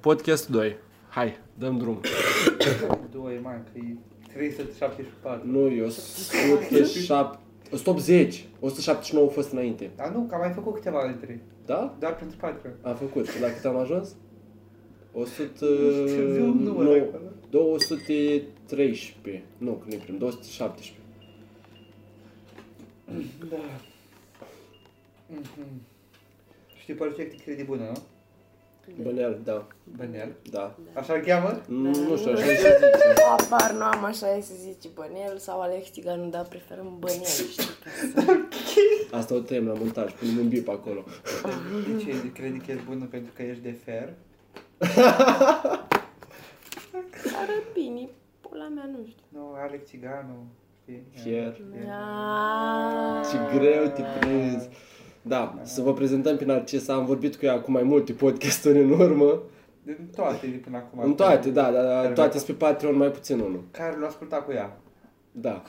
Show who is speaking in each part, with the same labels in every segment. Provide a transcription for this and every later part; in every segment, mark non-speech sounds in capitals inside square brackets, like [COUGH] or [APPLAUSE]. Speaker 1: podcast 2. Hai, dăm drum.
Speaker 2: Doi, mai, că e 374.
Speaker 1: Nu, e 107, 180. 179 a fost înainte.
Speaker 2: Dar nu, că am mai făcut câteva dintre,
Speaker 1: Da?
Speaker 2: doar pentru patru.
Speaker 1: Am făcut. La cât am ajuns? 100...
Speaker 2: Zi un număr
Speaker 1: nu,
Speaker 2: acolo.
Speaker 1: 213. Nu, că nu-i prim. 217.
Speaker 2: Da. Mhm. Știi perfect crede bună, nu?
Speaker 1: Băneal, da.
Speaker 2: Bănel.
Speaker 1: Da.
Speaker 2: Așa îl cheamă?
Speaker 1: Nu știu, așa se zice.
Speaker 3: Apar nu am așa e să zice Bănel sau Alex Tiganu, dar preferăm Bănel, știi?
Speaker 1: Asta o tăiem la montaj, punem un bip acolo.
Speaker 2: De ce crede că ești bună pentru că ești de fer?
Speaker 3: Arăt bine, pula mea, nu știu.
Speaker 2: Nu, Alex Țiganu. știi?
Speaker 1: Fier.
Speaker 3: Da. Aaaa.
Speaker 1: Ce greu te prinzi. Da, să vă prezentăm pe Narcisa. Am vorbit cu ea cu mai multe podcasturi în urmă.
Speaker 2: Din toate de până acum.
Speaker 1: În toate, da, da, da toate sunt pe Patreon, mai puțin unul.
Speaker 2: Care l-a ascultat cu ea?
Speaker 1: [LAUGHS] Da.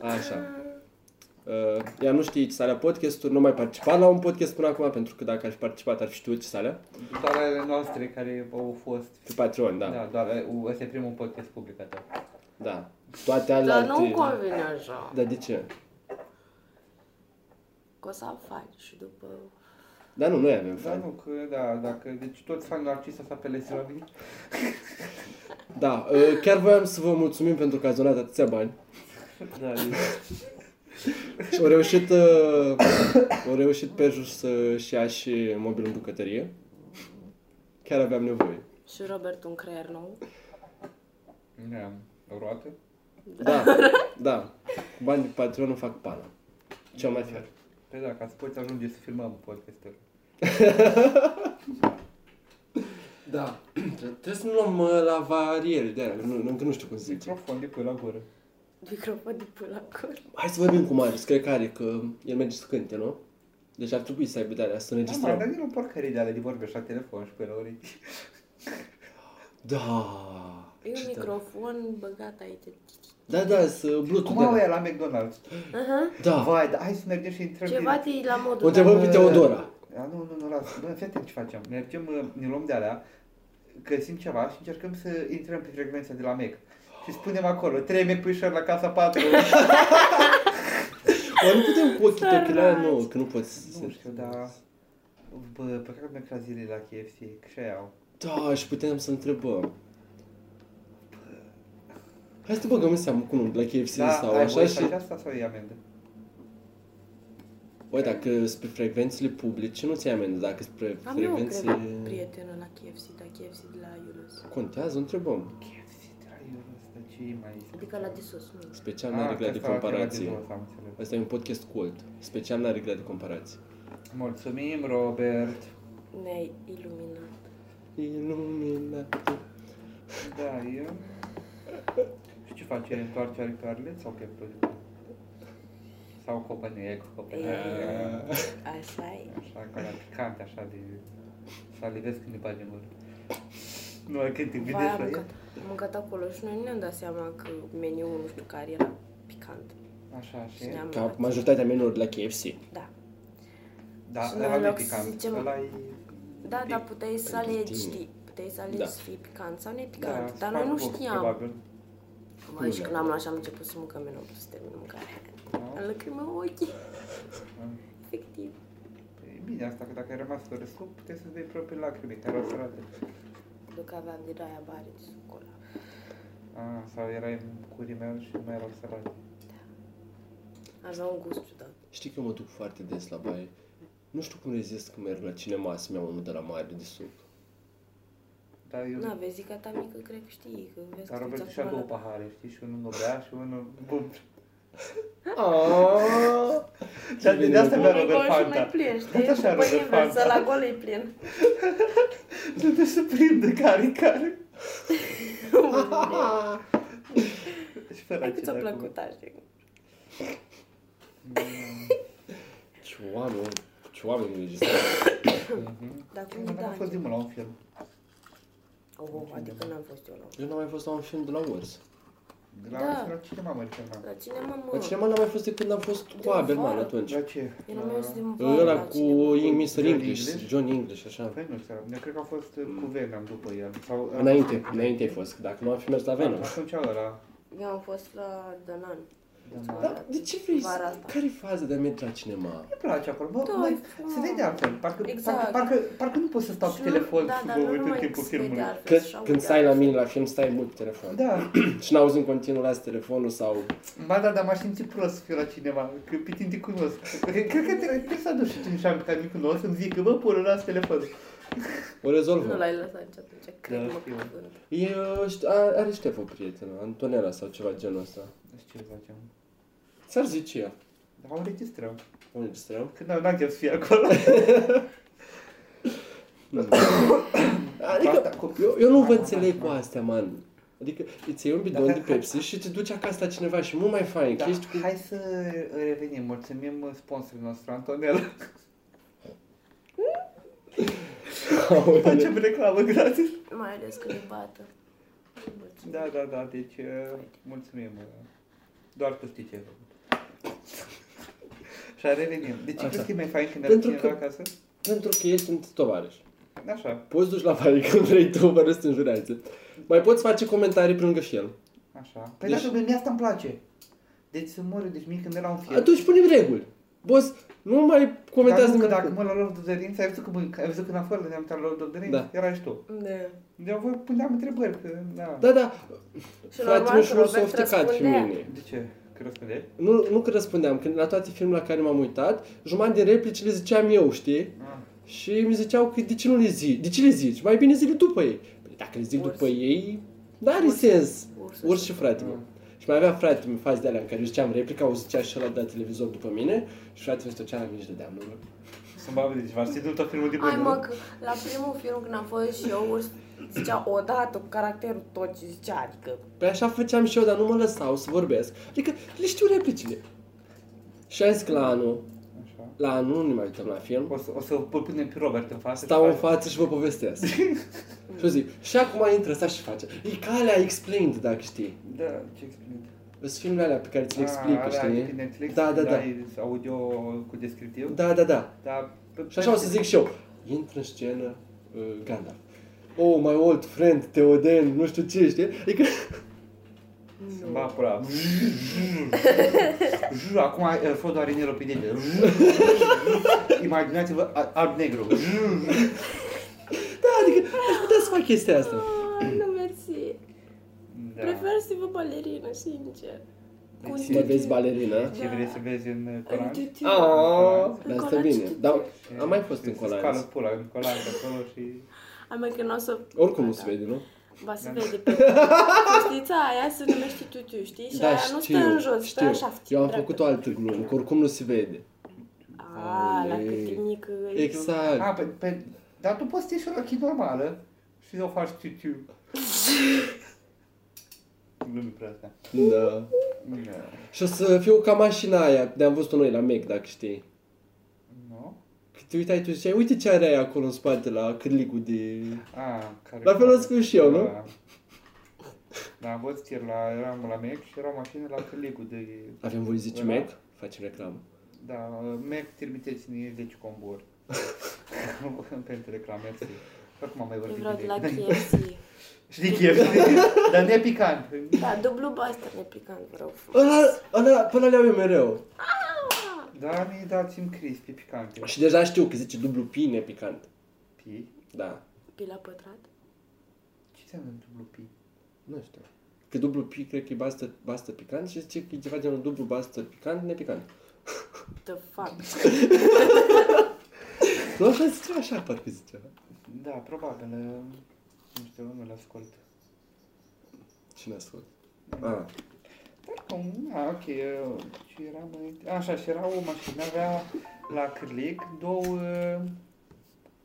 Speaker 1: Așa. Uh, ea nu știe ce sarea podcasturi, nu mai participat la un podcast până acum, pentru că dacă aș fi participat ar fi știut ce sarea.
Speaker 2: Doar ale noastre care au fost.
Speaker 1: Pe Patreon, da. Da.
Speaker 2: Da, doar uh, ăsta e primul podcast publicat.
Speaker 1: da. Toate alea.
Speaker 3: Dar nu-mi convine așa.
Speaker 1: Dar de ce?
Speaker 3: Că o să faci și după...
Speaker 1: Dar nu, noi avem
Speaker 2: Da,
Speaker 1: fani.
Speaker 2: nu, că da, dacă, deci toți fanii Narcisa să apeleze la mine.
Speaker 1: Da, uh, chiar voiam să vă mulțumim pentru că ați donat atâția bani.
Speaker 2: Da,
Speaker 1: Și au reușit, uh, au reușit pe jos să-și ia și mobil în bucătărie. Chiar aveam nevoie.
Speaker 3: Și Robert un creier nou. [LAUGHS]
Speaker 2: da. O roată? [LAUGHS]
Speaker 1: Da, da. Cu bani de Patreon nu fac pana. Cel mai fier.
Speaker 2: Păi da, ca să poți ajunge să filmăm podcastul.
Speaker 1: Da. [CLEARS THROAT] Trebuie să ne luăm uh, la variere de alea, nu, nu, nu știu cum se zice.
Speaker 2: Microfon de până la gură.
Speaker 3: Microfon de până acolo.
Speaker 1: Hai să vorbim cu Marius, cred că are, că el merge să cânte, nu? Deci ar trebui să aibă de alea, să
Speaker 2: Da, mă, dar
Speaker 1: înregistrăm.
Speaker 2: nu porcării de ale de vorbe așa telefon și până la urechi.
Speaker 1: Da.
Speaker 3: E un
Speaker 1: Ce tare.
Speaker 3: microfon băgat aici.
Speaker 1: Da, da, să Bluetooth
Speaker 2: Cum
Speaker 1: de
Speaker 2: au
Speaker 1: alea.
Speaker 2: ea la McDonald's?
Speaker 3: Aha.
Speaker 1: Da.
Speaker 2: Vai, dar hai să mergem și intrăm
Speaker 3: Ceva de la modul...
Speaker 1: O întrebăm
Speaker 2: uh,
Speaker 3: dacă-
Speaker 1: pe Teodora.
Speaker 2: A, nu, nu, nu, las. Bă, fii atent ce facem. Mergem, uh, ne luăm de alea, găsim ceva și încercăm să intrăm pe frecvența de la Mac. Și spunem acolo, 3 Mac Pusher la casa
Speaker 1: [LAUGHS]
Speaker 2: 4.
Speaker 1: Bă, nu putem cu ochii tăi, că la aia nu, că nu poți să
Speaker 2: nu știu, da. dar... Bă, pe care merg la zile la KFC, că și aia au.
Speaker 1: Da, și putem să întrebăm. Hai să te băgăm în seamă cu unul la KFC
Speaker 2: Da,
Speaker 1: sau
Speaker 2: ai
Speaker 1: așa
Speaker 2: voie
Speaker 1: și...
Speaker 2: să faci asta sau e amendă?
Speaker 1: Băi, dacă spre frecvențele publice nu ți-ai amendă, dacă spre
Speaker 3: Am eu,
Speaker 1: frecvențele...
Speaker 3: cred, prietenă la KFC, dar KFC de la Iulus.
Speaker 1: Contează, întrebăm.
Speaker 2: KFC, traiul ăsta, ce e mai...
Speaker 3: Adică la de sus, nu.
Speaker 1: Special la regla de
Speaker 2: că asta era de
Speaker 1: comparație.
Speaker 2: jos, am înțeles.
Speaker 1: Asta e un podcast cold. Special la regla de comparație.
Speaker 2: Mulțumim, Robert.
Speaker 3: Ne-ai iluminat.
Speaker 1: Iluminat.
Speaker 2: Da, eu... Și ce face? Întoarce aripioarele sau pieptul? Sau copănie, cu copănie.
Speaker 1: Ah.
Speaker 3: E, Așa e.
Speaker 2: Așa, ca la picant, așa de... Salivez când îi bagi în gură. Nu, când te gândești
Speaker 3: Vai, am
Speaker 2: la el.
Speaker 3: mâncat, am mâncat acolo și noi nu ne-am dat seama că meniul nu știu care era picant.
Speaker 2: Așa, și...
Speaker 3: Și ne-am
Speaker 1: Ca
Speaker 3: luat.
Speaker 1: majoritatea menurilor de la KFC.
Speaker 3: Da.
Speaker 2: Da,
Speaker 3: Și
Speaker 2: ăla
Speaker 3: noi
Speaker 2: nu e
Speaker 3: loc să
Speaker 2: picant.
Speaker 3: zicem-
Speaker 2: Ăla e...
Speaker 3: Da, dar puteai să alegi,
Speaker 1: tine.
Speaker 3: știi? Puteai să alegi
Speaker 1: Păi, Da.
Speaker 3: să fii picant sau
Speaker 2: Da,
Speaker 3: nepicant, dar noi
Speaker 2: smart
Speaker 3: nu
Speaker 2: box,
Speaker 3: știam.
Speaker 2: Probabil.
Speaker 3: Mă, și când am luat și am început să mâncăm meniul, am putut să termin mâncarea.
Speaker 2: Da,
Speaker 3: Am lacrimi în ochi. Efectiv.
Speaker 2: E bine asta, că dacă ai rămas fără suc, puteai să-ți dai proprii lacrimi care au sărate.
Speaker 3: Pentru că aveam din aia bare de sucola.
Speaker 2: Ah, sau erai cu rimel și nu mai erau sărate.
Speaker 3: Avea un gust ciudat.
Speaker 1: Știi că eu mă duc foarte des la baie. Nu știu cum rezist când merg la cinema să-mi iau unul de la mare de suc.
Speaker 2: Dar eu...
Speaker 3: Na, vezi că ta mică, cred că știi, că vezi
Speaker 2: Dar
Speaker 3: că
Speaker 2: Robert
Speaker 3: ți-a
Speaker 2: și-a două
Speaker 3: cumpărat.
Speaker 2: pahare, știi? Și unul nu bea și unul... [LAUGHS] Bum.
Speaker 1: [LAUGHS] Aaaa!
Speaker 2: Ah! Dar de asta
Speaker 3: Unul
Speaker 2: bea Robert
Speaker 3: gol și unul-i
Speaker 2: Fanta.
Speaker 3: plin, știi?
Speaker 2: Tot așa
Speaker 3: După
Speaker 2: Robert
Speaker 3: invers,
Speaker 2: Fanta.
Speaker 3: la gol e plin.
Speaker 2: Nu te surprinde care care. Și Deci fără
Speaker 3: Dacă
Speaker 2: ce
Speaker 3: ți-a
Speaker 2: dacă-
Speaker 3: plăcut așa.
Speaker 1: Ce oameni, ce oameni înregistrați.
Speaker 2: Mhm.
Speaker 3: Dar da, cum e
Speaker 2: Nu am
Speaker 3: Dante?
Speaker 2: fost din la un film.
Speaker 3: Oh, adică n-am fost eu la
Speaker 1: Eu n-am mai fost la un film de la Wars.
Speaker 2: De la,
Speaker 3: Da.
Speaker 2: la cine m-am referat?
Speaker 3: La cine mă mă?
Speaker 1: La cinema n-am Deci mai fost de când am fost cu
Speaker 3: Da,
Speaker 1: Aberman
Speaker 3: vară.
Speaker 1: atunci.
Speaker 2: La ce?
Speaker 3: Era mai jos din vară,
Speaker 1: Ăla
Speaker 3: la
Speaker 1: cu
Speaker 3: cine mă?
Speaker 1: Mr. English,
Speaker 2: English?
Speaker 1: John English, așa.
Speaker 2: Păi nu știu, eu cred că a fost uh, cu Venom după el. Sau,
Speaker 1: Înainte, înainte ai fost, dacă nu am fi mers la Venom.
Speaker 2: Atunci ăla.
Speaker 3: Eu am fost la Danan.
Speaker 1: Dar de ce vrei? să-
Speaker 3: Vara asta.
Speaker 1: Care e faza de a merge la cinema?
Speaker 2: Îmi place acolo, bă,
Speaker 3: Da,
Speaker 2: mai-
Speaker 3: e frumos.
Speaker 2: se vede altfel. Parcă,
Speaker 3: Exact. da,
Speaker 2: parcă, parcă, parcă nu pot să stau pe telefon și mă uit în timpul filmului.
Speaker 1: Că, când stai la mine la film, stai mult pe telefon.
Speaker 2: Da,
Speaker 1: Și n-auzi în continuu, las telefonul sau...
Speaker 2: ba da, dar m-aș simți prost să fiu la cineva, că pe tine te cunosc. Cred că trebuie- trebuie să aduc și cineva pe care nu cunosc să-mi zic că, bă, până las telefonul.
Speaker 1: O
Speaker 3: Nu
Speaker 1: rezolvă.
Speaker 3: l-ai lăsat nici atunci, cred-mă
Speaker 2: știu.
Speaker 3: cuvânt.
Speaker 1: E, uh, șt- a- are Ștef o prietenă, Antonella sau ceva genul ăsta.
Speaker 2: Nu știu ce facem.
Speaker 1: Ți-ar zice ea.
Speaker 2: Dar o înregistrăm.
Speaker 1: O
Speaker 3: [CLEARS THROAT]
Speaker 1: înregistrăm?
Speaker 2: Când n-am chef să fie acolo.
Speaker 1: Adică,
Speaker 2: Asta cu-
Speaker 1: eu, eu nu vă înțeleg cu astea, man. Adică îți iei un bidon
Speaker 2: Da,
Speaker 1: de Pepsi și te duci acasă la cineva și mult mai fain,
Speaker 2: Da,
Speaker 1: că ești cu...
Speaker 2: hai să revenim. Mulțumim uh, sponsorul nostru, Antonel. Facem reclamă gratis.
Speaker 3: Mai ales când e bată.
Speaker 2: Da, da, da, deci uh, mulțumim. uh, Doar tu știi ce ai făcut. Și revenim. De ce
Speaker 1: Așa.
Speaker 2: crezi că e mai fain când
Speaker 1: Pentru
Speaker 2: Pentru cineva
Speaker 1: că-
Speaker 2: acasă?
Speaker 1: Pentru că ești un tovarăș.
Speaker 2: Așa,
Speaker 1: Poți duci la vale când vrei tu, fără să te înjurează. Mai poți face comentarii pe lângă și el.
Speaker 2: așa. Păi
Speaker 1: Deci-
Speaker 2: deci... dacă mie asta îmi place. Deci să mor, eu, deci mie când era un film.
Speaker 1: Atunci punem reguli. Boss, nu mai
Speaker 2: Dar
Speaker 1: comentează
Speaker 2: nu, că
Speaker 1: nimic.
Speaker 2: dacă mă la Lord of the Rings, ai văzut că, mă, ai văzut că în afară ne-am uitat la Lord of the Rings?
Speaker 1: Da.
Speaker 2: Era și tu. Deci,
Speaker 3: Da.
Speaker 2: Eu vă puneam întrebări, că da.
Speaker 1: Da, da,
Speaker 3: Și
Speaker 1: frate,
Speaker 3: normal
Speaker 1: nu
Speaker 3: că
Speaker 1: știu o
Speaker 3: Robert
Speaker 1: softicat pe
Speaker 3: răspundea.
Speaker 1: mine.
Speaker 2: De ce? Că răspundeai?
Speaker 1: Nu, nu că răspundeam, când la toate filmele la care m-am uitat, jumătate din replici le ziceam eu, știi?
Speaker 2: Ah.
Speaker 1: Și mi ziceau că de ce nu le zici? De ce le zici? Mai bine zile după ei. Păi dacă le zic
Speaker 3: Urs.
Speaker 1: după ei, n-are
Speaker 3: Urs. Mm.
Speaker 1: sens.
Speaker 3: Urs.
Speaker 1: Urs și frate meu. Și mai avea frate meu faze de alea în care eu ziceam replica, o zicea și ăla de la televizor după mine și fratele meu stăcea la mine și dădeam numărul.
Speaker 2: Sunt babă, deci v-ați ținut tot filmul de
Speaker 3: Hai
Speaker 2: până,
Speaker 3: mă,
Speaker 2: nu?
Speaker 3: că la primul film când am fost și eu, Urs zicea odată cu caracterul tot ce zicea, adică...
Speaker 1: Păi așa făceam și eu, dar nu mă lăsau să vorbesc. Adică le știu replicile. Și am zis că la anul,
Speaker 2: Așa.
Speaker 1: la anul nu ne mai uităm la film,
Speaker 2: O să, o să îl punem pe Robert în față.
Speaker 1: stau în
Speaker 2: față.
Speaker 1: față și vă
Speaker 3: [LAUGHS]
Speaker 1: povestesc. și eu zic, și acum intră ăsta și face. E ca alea explained, dacă știi.
Speaker 2: Da, ce explic?
Speaker 1: Sunt filmele alea pe care
Speaker 2: Ah,
Speaker 1: ți le explică,
Speaker 2: Pe
Speaker 1: știi?
Speaker 2: Netflix,
Speaker 1: Da, da, da.
Speaker 2: e audio cu descriptiv.
Speaker 1: Da, da, da.
Speaker 2: Dar,
Speaker 1: Și așa o să zic și eu. Intră în scenă uh, Gandalf. Oh, my old friend, Teoden, nu știu ce, știi? Adică,
Speaker 2: Să mă apura.
Speaker 1: [LAUGHS]
Speaker 2: Acum eh, fodul are neră pe dege. Imaginați-vă a- alb-negru.
Speaker 1: da, adică aș putea să fac chestia asta.
Speaker 3: Ah, nu mersi.
Speaker 2: Da.
Speaker 3: Prefer să vă balerină, sincer. Cu un
Speaker 1: Mă vezi
Speaker 3: tutu.
Speaker 1: balerină? da?
Speaker 2: Ce vrei să vezi în eh,
Speaker 3: În
Speaker 2: Coran?
Speaker 1: Ah.
Speaker 3: tutu.
Speaker 1: Aaaa,
Speaker 3: În
Speaker 1: dar asta
Speaker 3: Colanț
Speaker 1: bine.
Speaker 3: și-
Speaker 1: Dar am mai fost
Speaker 2: Se-
Speaker 1: în
Speaker 2: se Scală
Speaker 1: Colanț.
Speaker 2: pula în Colan acolo și...
Speaker 3: Hai mă, că nu o să...
Speaker 1: Oricum nu
Speaker 3: Da.
Speaker 1: se vede, nu?
Speaker 3: Ba
Speaker 2: Da.
Speaker 3: să vede pe Costița aia se numește tutu, știi? Și aia nu stă în jos, stă în șafti.
Speaker 1: Da, Eu am făcut o altă glumă, că oricum nu se vede.
Speaker 3: A, Ah, la cât
Speaker 1: Alei.
Speaker 3: e mică e.
Speaker 1: Exact.
Speaker 2: Ah, pe, pe, dar tu poți să ieși o rochie normală și să o faci tiu
Speaker 1: [LAUGHS]
Speaker 2: Nu mi prea asta.
Speaker 1: Da. Și o să fiu ca mașina aia, de am văzut-o noi la Mac, dacă știi.
Speaker 2: Nu?
Speaker 1: Că te uitai tu și ziceai, uite ce are aia acolo în spate la cârligul de...
Speaker 2: A, Ah, care
Speaker 1: La fel o să fiu și eu, nu?
Speaker 2: Da. [LAUGHS] Da, am văzut ieri la, eram la Mac și era o mașină la Căligul de...
Speaker 1: Avem voie să zici
Speaker 2: Da.
Speaker 1: Mac? Facem reclamă.
Speaker 2: Da, Mac trimiteți-ne 10 comburi. [LAUGHS] Pentru reclame, mersi. Oricum am mai
Speaker 3: Eu
Speaker 2: vorbit
Speaker 3: vreau de la
Speaker 2: de
Speaker 3: KFC.
Speaker 2: [LAUGHS] Știi chef, dar ne picant.
Speaker 3: Da, dublu buster ne picant, vă rog.
Speaker 1: Ăla, ăla, până le-au eu mereu.
Speaker 2: Da, ne dați-mi crispi picante.
Speaker 1: Și deja știu că zice dublu pine picant.
Speaker 2: Pi?
Speaker 1: Da.
Speaker 3: Pi la pătrat?
Speaker 2: Ce înseamnă dublu pi?
Speaker 1: Nu știu. Că dublu pi, cred că e bastă, bastă picant și zice că e ceva genul dublu bastă picant, nepicant.
Speaker 3: The fuck?
Speaker 1: Nu așa zicea, așa parcă zicea.
Speaker 2: Da, probabil. uh, Nu știu, nu l ascult.
Speaker 1: Cine a spus? Ah.
Speaker 2: Oricum, da, ok. eu- Și era mai... Așa, și era o mașină, avea la cârlic două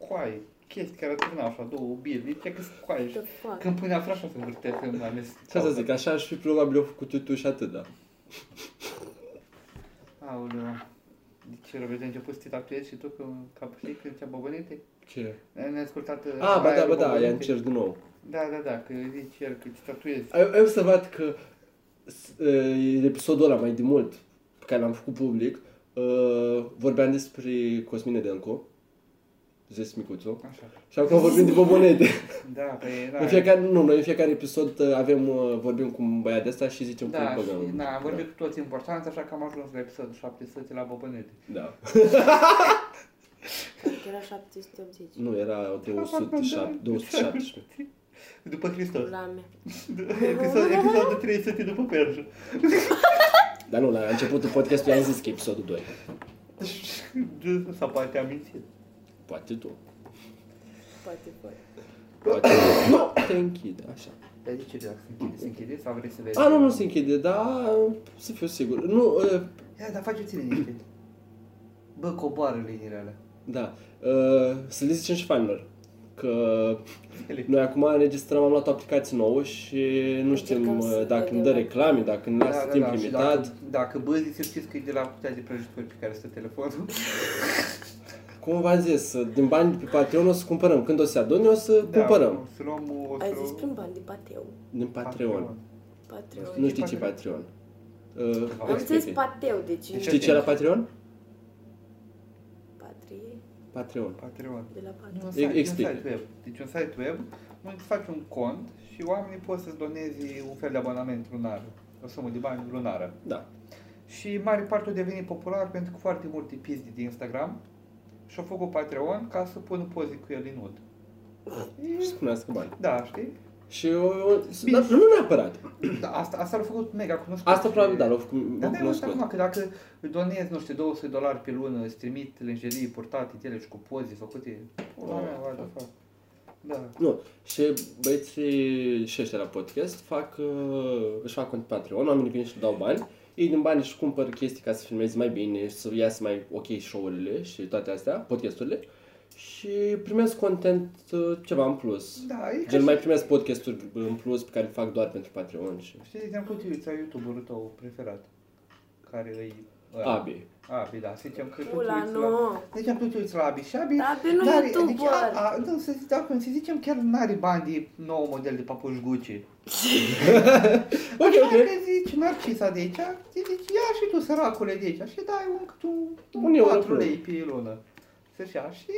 Speaker 2: coaie, chestii care turnau așa, două birni, ce că sunt coaie.
Speaker 3: The
Speaker 2: și
Speaker 3: fuck?
Speaker 2: Când punea așa, așa se vârte, când mai ales...
Speaker 1: Ce să zic, așa aș fi probabil eu făcut eu tu și atât, da.
Speaker 2: Aoleu. Deci, Robert, a început să te tatuezi și tu când capșii, când ți-a bobănite?
Speaker 1: Ce?
Speaker 2: Ne-ai ascultat... uh,
Speaker 1: Ah, ba
Speaker 2: aia
Speaker 1: da,
Speaker 2: lui
Speaker 1: ba da,
Speaker 2: Bobănite.
Speaker 1: i-am cer din nou.
Speaker 2: Da, da, da, că zici el că te tatuezi.
Speaker 1: Ai, ai observat că s- uh, episodul ăla mai de mult, pe care l-am făcut public, uh, vorbeam despre Cosmine Delco, zis micuțu,
Speaker 2: Așa.
Speaker 1: și acum vorbim de bobonete.
Speaker 2: Da, păi, [LAUGHS] da.
Speaker 1: În fiecare, nu, noi în fiecare episod uh, avem, uh, vorbim cu un băiat de ăsta și zicem
Speaker 2: Da,
Speaker 1: cum îl
Speaker 2: și
Speaker 1: băgăm.
Speaker 2: na, am vorbit cu toți importanți, așa că am ajuns la episodul 700 la Bobănete.
Speaker 1: Da.
Speaker 3: Era 780.
Speaker 1: Nu, era 207, 217.
Speaker 2: După Hristos.
Speaker 3: La mea.
Speaker 2: Episod, episodul 300 după Perșu.
Speaker 1: Dar nu, la începutul podcastului am zis că e episodul 2.
Speaker 2: [LAUGHS] Sau poate am mințit.
Speaker 1: Poate tu.
Speaker 3: Poate, poate.
Speaker 1: Poate nu. Te închide, așa.
Speaker 2: Dar de ce dacă se închide? Se închide sau vrei să vezi?
Speaker 1: A, nu, nu se închide, dar să fiu sigur. Nu, uh,
Speaker 2: Ia, dar faceți liniște. Bă, coboară liniile alea.
Speaker 1: da. Uh, Să le zicem și fanilor că noi acum înregistrăm, am luat o aplicație nouă și nu știm
Speaker 3: Încercăm să
Speaker 1: uh, dacă ne dă
Speaker 3: vedem.
Speaker 1: reclame, dacă ne lasă timp
Speaker 2: Da, și
Speaker 1: limitat.
Speaker 2: Dacă, dacă băzi, să știți că e de la putea de prăjituri pe care stă
Speaker 1: [LAUGHS]
Speaker 2: telefonul.
Speaker 1: Cum v-am zis, uh, din bani de pe Patreon o să cumpărăm. Când o să se adune, o să
Speaker 2: Da, o
Speaker 1: cumpărăm.
Speaker 2: să luăm o... o să
Speaker 3: Ai
Speaker 2: luăm-
Speaker 3: zis prin bani de pateu.
Speaker 1: Din Patreon.
Speaker 3: Patreon.
Speaker 1: Nu știi ce e Patreon. Uh,
Speaker 2: Am
Speaker 3: Am înțeles
Speaker 1: explică-i.
Speaker 3: pateu, deci...
Speaker 2: Deci-
Speaker 1: Știi ce era Patreon?
Speaker 3: Patrie
Speaker 1: Patreon.
Speaker 2: Patreon.
Speaker 3: de la
Speaker 2: E un
Speaker 3: patru.
Speaker 1: E-
Speaker 2: site, e un
Speaker 1: explică.
Speaker 2: site web. Deci un site web unde îți faci un cont și oamenii pot să-ți donezi un fel de abonament lunar, o sumă de bani lunară.
Speaker 1: Da.
Speaker 2: Și mare parte a devenit popular pentru că foarte mulți pizdi de Instagram și-au făcut Patreon ca să pună poze cu el în ud.
Speaker 1: Și spunească bani.
Speaker 2: Da, știi?
Speaker 1: Și eu, dar nu neapărat.
Speaker 2: Da, asta, asta l-a făcut mega cunoscut.
Speaker 1: Asta
Speaker 2: și-
Speaker 1: probabil, da, l-au făcut
Speaker 2: Dar
Speaker 1: l-au
Speaker 2: nu e
Speaker 1: cunoscut.
Speaker 2: acum, că dacă donezi, nu știu, 200 dolari pe lună, îți trimit lingerii purtate, tele și cu poze făcute,
Speaker 1: Oh,
Speaker 2: pula mea, what the da, fuck. Da.
Speaker 1: Nu, și băieții și ăștia la podcast fac, uh, își fac cont pe Patreon, oamenii vin și dau bani, ei din bani își cumpăr chestii ca să filmezi mai bine, să iasă mai ok show-urile și toate astea, podcasturile, și primesc content uh, ceva în plus.
Speaker 2: Da, e ca
Speaker 1: Gen,
Speaker 2: și-
Speaker 1: mai primesc podcasturi în plus pe care le fac doar pentru Patreon și
Speaker 2: Știi, de exemplu, tu uiți YouTuberul tău preferat, care îi...
Speaker 1: Abi.
Speaker 2: Abi, da, să zicem că tu te
Speaker 3: Pula,
Speaker 2: uiți
Speaker 3: nu. Da,
Speaker 2: la... De exemplu, tu te uiți la Abi și Abi...
Speaker 3: Abi nu
Speaker 2: n-are-
Speaker 3: YouTuber.
Speaker 2: Deci, a, a, nu, să, zic- dacă să zicem, chiar n-are bani de nou model de papuși Gucci.
Speaker 1: Ok,
Speaker 2: Așa
Speaker 1: ok.
Speaker 2: că zici Narcisa de aici, zici, ia și tu, săracule, de aici. Și dai un, cât un,
Speaker 1: Un
Speaker 2: un
Speaker 1: euro
Speaker 2: 4
Speaker 1: pe
Speaker 2: lei pe lună. Să-și ia și...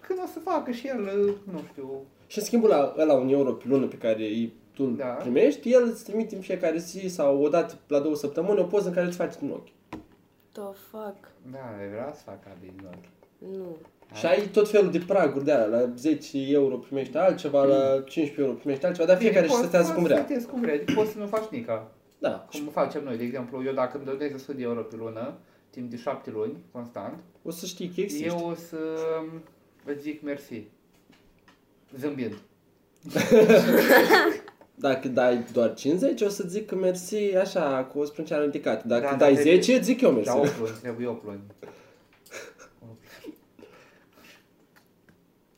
Speaker 2: Când o să facă și el, nu știu,
Speaker 1: Și în schimbul la ăla un euro pe lună pe care îi, tu îl
Speaker 2: Da.
Speaker 1: primești, el îți trimite în fiecare zi sau o dată la două săptămâni o poză în care îți faci un ochi.
Speaker 3: The fuck?
Speaker 2: da, vrea să facă Abi din nou.
Speaker 3: Nu.
Speaker 1: Și ai tot felul de praguri de alea, la 10 euro primești altceva, la
Speaker 2: Mm.
Speaker 1: 15 euro primești altceva, dar fiecare își
Speaker 2: Bine, Păi, poți-
Speaker 1: stătează cum
Speaker 2: poți
Speaker 1: vrea.
Speaker 2: să te cum vrea, adică poți să nu faci nica.
Speaker 1: Da,
Speaker 2: Cum facem noi, de exemplu, eu dacă îmi donez 100 de euro pe lună, timp de 7 luni, constant,
Speaker 1: o să știi că există.
Speaker 2: eu o să îți zic mersi. Zâmbind.
Speaker 1: Dacă dai doar 50, o să zic că mersi așa, cu o sprânceană ridicată. Dacă
Speaker 2: Da,
Speaker 1: dai
Speaker 2: dacă-
Speaker 1: 10, zic eu mersi.
Speaker 2: Dar 8 luni, trebuie 8 luni.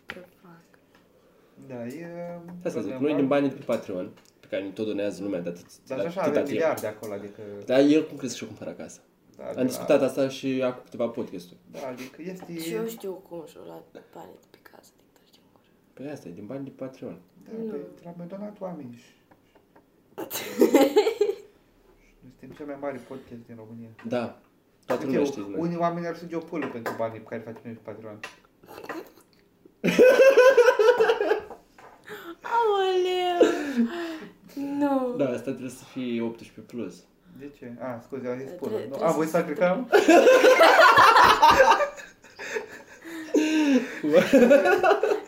Speaker 3: The fuck?
Speaker 2: Da, e...
Speaker 1: Hai să zic,
Speaker 2: problema.
Speaker 1: noi din banii de pe Patreon, pe care ne tot donează lumea de atât,
Speaker 2: Dar
Speaker 1: de
Speaker 2: și așa
Speaker 1: atâta
Speaker 2: avem
Speaker 1: timp.
Speaker 2: miliarde acolo, adică...
Speaker 1: Dar el cum crezi că și-o cumpără acasă?
Speaker 2: Da,
Speaker 1: Am discutat asta și acum câteva podcasturi.
Speaker 2: Da, adică este...
Speaker 3: Și eu știu cum și-o luat banii de pe casă de trage în gură.
Speaker 1: Păi asta e din bani de Patreon.
Speaker 2: Da, pe, te l-am donat oameni
Speaker 3: [LAUGHS]
Speaker 2: și... Noi Suntem cel mai mare podcast din România.
Speaker 1: Da, toată lumea știe. din noi.
Speaker 2: unii oameni ar suge o pulă pentru banii pe care facem noi pe Patreon.
Speaker 3: Aoleu! [LAUGHS] Nu.
Speaker 1: Da, asta trebuie să fie 18 plus.
Speaker 2: [LAUGHS] De ce? A, scuze, am zis
Speaker 3: Tre-
Speaker 2: pulă. Nu,
Speaker 3: trebuie
Speaker 2: a,
Speaker 3: să-
Speaker 2: voi să clicăm?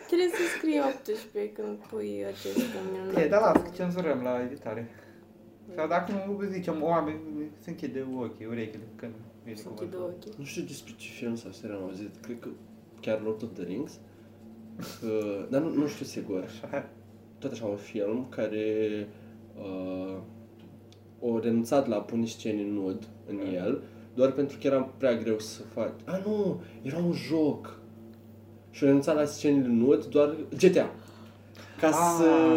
Speaker 3: Trebuie să scrii 18 când pui acest camion.
Speaker 2: E, dar da, las, că cenzurăm la editare. Sau dacă nu zicem, oameni se închide ochii, urechile când vine
Speaker 3: Sunt închid
Speaker 2: cuvântul.
Speaker 3: ochii.
Speaker 1: Nu știu despre ce film sau serie am auzit, cred că chiar Lord of the Rings. Că, dar nu, nu știu sigur.
Speaker 2: Așa.
Speaker 1: Tot așa un film care uh, o renunțat la a pune scene nud în el, doar pentru că era prea greu să fac. A, nu, era un joc. Și o renunțat la scenele nud doar GTA. Ca să...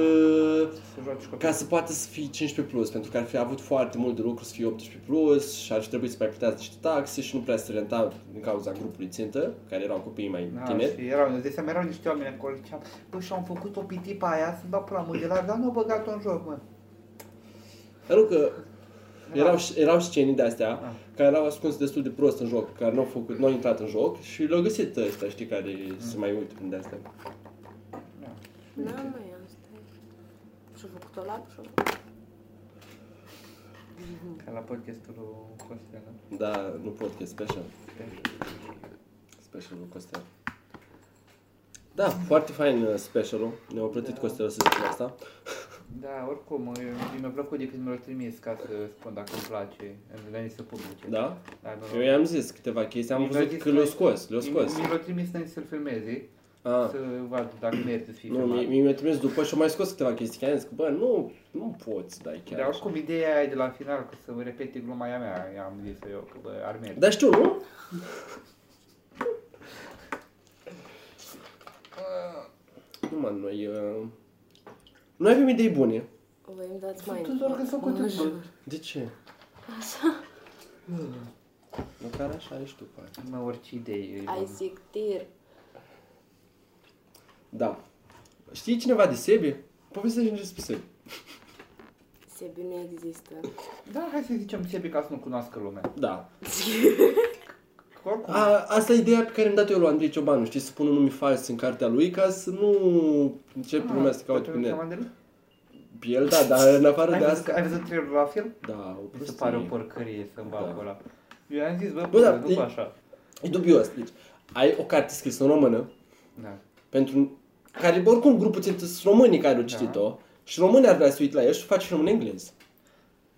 Speaker 2: Să joci cu
Speaker 1: Ca să poată să fii 15 plus, pentru că ar fi avut foarte mult de lucru să fie 18 plus și ar fi trebuit să mai plătească niște taxe și nu prea se renta din cauza grupului țintă, care erau copiii mai
Speaker 2: Da,
Speaker 1: tineri.
Speaker 2: și erau, de seama erau niște oameni acolo, ziceam, bă, și-am făcut o pitipa aia, să-mi dau pula mâine, dar nu au băgat-o în joc, mă.
Speaker 1: Dar nu că
Speaker 2: Da.
Speaker 1: Erau, erau scenii de-astea
Speaker 2: Ah.
Speaker 1: care erau ascunse destul de prost în joc, care n-au, făcut, n-au intrat în joc și le-au găsit ăștia, știi, care
Speaker 2: Da.
Speaker 1: se mai uită prin de-astea.
Speaker 3: N-am mai asta. Și-a făcut-o lapșă.
Speaker 2: Ca la podcastul lui Costel, nu?
Speaker 1: Da, nu pot, că e special. Specialul Costel. Da, foarte fain uh, specialul. Ne-a plătit
Speaker 2: Da.
Speaker 1: Costel să zicem asta.
Speaker 2: Da, oricum, eu- mi-a plăcut de când mi l-au trimis ca să spun dacă îmi place, înainte să publice.
Speaker 1: Da?
Speaker 2: Dar nu-
Speaker 1: Eu i-am zis câteva chestii, am
Speaker 2: Mi-l-a
Speaker 1: văzut
Speaker 2: zis
Speaker 1: că le-au
Speaker 2: că-
Speaker 1: scos, le-au scos.
Speaker 2: Mi mi l-au trimis înainte să-l filmeze,
Speaker 1: Ah.
Speaker 2: să vad dacă merită să fie
Speaker 1: Nu,
Speaker 2: filmat.
Speaker 1: mi-mi trimis după și am mai scos câteva chestii, chiar am zis că, bă, nu, nu poți, dai chiar.
Speaker 2: Dar oricum, ideea e de la final, că să repete gluma aia mea, i-am zis eu, că bă, ar merge.
Speaker 1: Dar știu, [LAUGHS] nu? Nu, mă, noi... uh, Noi avem idei bune.
Speaker 3: Voi îmi dați mai
Speaker 2: Tu doar că s-a
Speaker 3: mă
Speaker 2: putut,
Speaker 3: jur.
Speaker 2: bă.
Speaker 1: De ce?
Speaker 3: Așa.
Speaker 1: Măcar așa ești tu, pare.
Speaker 2: Mă, orice idee e
Speaker 3: Ai
Speaker 2: bună.
Speaker 3: zictir.
Speaker 1: Da. Știi cineva de Sebi? Povestește-ne despre Sebi.
Speaker 3: Sebi nu există.
Speaker 2: Da, hai să zicem Sebi ca să nu cunoască lumea.
Speaker 1: Da.
Speaker 2: Că oricum,
Speaker 1: A, asta e ideea pe care am dat eu lui Andrei Ciobanu, știi, să pună nume fals în cartea lui ca să nu începe
Speaker 2: Ah,
Speaker 1: lumea să caute
Speaker 2: toată
Speaker 1: pe net.
Speaker 2: lumea de el?
Speaker 1: Pe el, da, dar în afară
Speaker 2: Ai
Speaker 1: de
Speaker 2: văzut,
Speaker 1: asta...
Speaker 2: că- ai văzut trailerul la film?
Speaker 1: Da, o
Speaker 2: Mi se
Speaker 1: prostie.
Speaker 2: pare o porcărie să-mi bag
Speaker 1: Da.
Speaker 2: ăla. Eu am zis, bă,
Speaker 1: Bă, da,
Speaker 2: bă, nu
Speaker 1: e-
Speaker 2: fă așa.
Speaker 1: E dubios, deci ai o carte scrisă în română,
Speaker 2: Da.
Speaker 1: pentru care oricum grupul țintă sunt românii care
Speaker 2: Da.
Speaker 1: au citit-o și românii ar vrea să uit la el și faci film în engleză.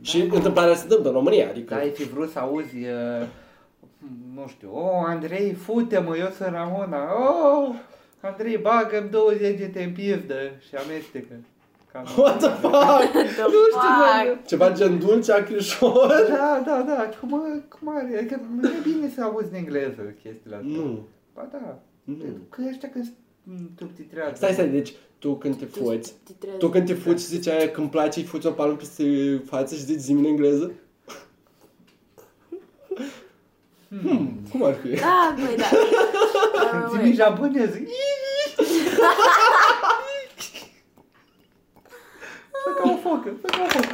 Speaker 1: Și întâmplarea se întâmplă în România, adică...
Speaker 2: Da, ai fi vrut să auzi, uh, nu știu, o, oh, Andrei, fute-mă, eu sunt Ramona, oh, Andrei, bagă-mi 20 de te în pizdă și amestecă. Cam.
Speaker 1: [LAUGHS] What the
Speaker 2: [LAUGHS]
Speaker 1: fuck?
Speaker 3: Nu știu,
Speaker 1: Ceva gen dulce, acrișor? [LAUGHS]
Speaker 2: Da, da, da, cum, cum are, adică nu e bine să auzi în engleză chestiile astea.
Speaker 1: Nu,
Speaker 2: Ba da,
Speaker 1: nu.
Speaker 2: că ăștia când m, subtitrează.
Speaker 1: Stai, stai, deci tu când te fuți, tu când te fuți zici aia când place, îi fuți o palmă peste față și zici zi în engleză? Hmm, cum ar fi?
Speaker 3: Da, băi,
Speaker 2: [LAUGHS]
Speaker 3: da. Da, băi,
Speaker 2: Ține japoneză.
Speaker 3: [LAUGHS]
Speaker 2: Fă ca o focă, fă ca o focă.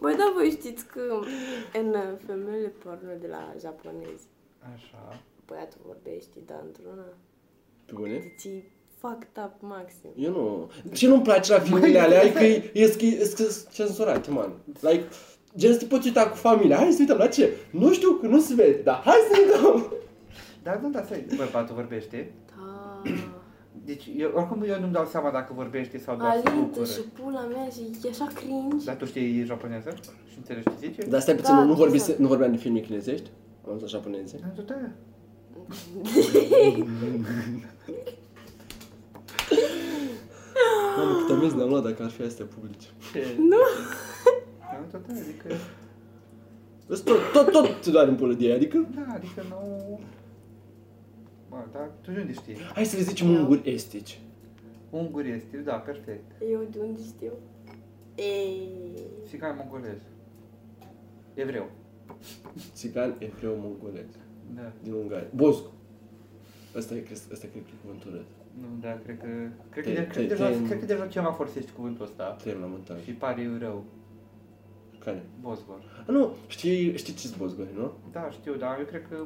Speaker 3: Băi, da, voi știți că în uh, femeile porno de la japonezi,
Speaker 2: Așa.
Speaker 3: băiatul vorbește, dar într-una,
Speaker 1: Pe bune?
Speaker 3: deci e fucked up maxim.
Speaker 1: Eu nu. Și nu-mi place la filmele alea, e că e- e schi- e schi- cenzurat, man. Like, gen să te poți uita cu familia, hai să uităm la ce? Nu știu că nu se vede, dar hai să uităm!
Speaker 2: Dar nu, dar stai, bărbatul vorbește.
Speaker 3: Da.
Speaker 2: Deci, eu, oricum eu nu-mi dau seama dacă vorbește sau
Speaker 1: Da,
Speaker 2: doar se
Speaker 3: Alintă și
Speaker 2: bucură.
Speaker 3: pula mea și e așa cringe.
Speaker 2: Dar tu știi japoneză? Și înțelegi ce zice?
Speaker 1: [LAUGHS] Dar stai puțin,
Speaker 3: Da,
Speaker 1: nu, vorbi,
Speaker 3: exact.
Speaker 1: nu vorbeam de filme chinezești? Am zis la japoneze.
Speaker 2: Da, da, da.
Speaker 3: Ah!
Speaker 1: Mamă, cât amiz ne-am luat dacă ar fi astea publice.
Speaker 2: Ce?
Speaker 3: Nu.
Speaker 2: Da, da, da, adică,
Speaker 1: Îs Tot, tot, tot te doare în pulă de ei, adică...
Speaker 2: da, adică nu... Bă, dar tu de unde știi?
Speaker 1: Hai să le zicem
Speaker 3: Da.
Speaker 1: unguri estici.
Speaker 2: Ungur este, da, perfect.
Speaker 3: Eu de unde știu? Ei.
Speaker 2: Și ca mongolez. Evreu.
Speaker 1: Țigan, evreu, mongolez.
Speaker 2: Da.
Speaker 1: Din Ungaria. Boscu. Asta e, cred, asta cred că e cuvântul rău.
Speaker 2: Nu, da, cred că... Cred că,
Speaker 1: Te-
Speaker 2: de, cred,
Speaker 1: te-
Speaker 2: deja,
Speaker 1: te-
Speaker 2: cred că deja ceva forțești cuvântul ăsta.
Speaker 1: Trăim la montaj.
Speaker 2: Și pare rău.
Speaker 1: Care?
Speaker 2: Bosgor.
Speaker 1: A, nu, știi, știi ce-s Bosgori, nu?
Speaker 2: Da, știu, dar eu cred că...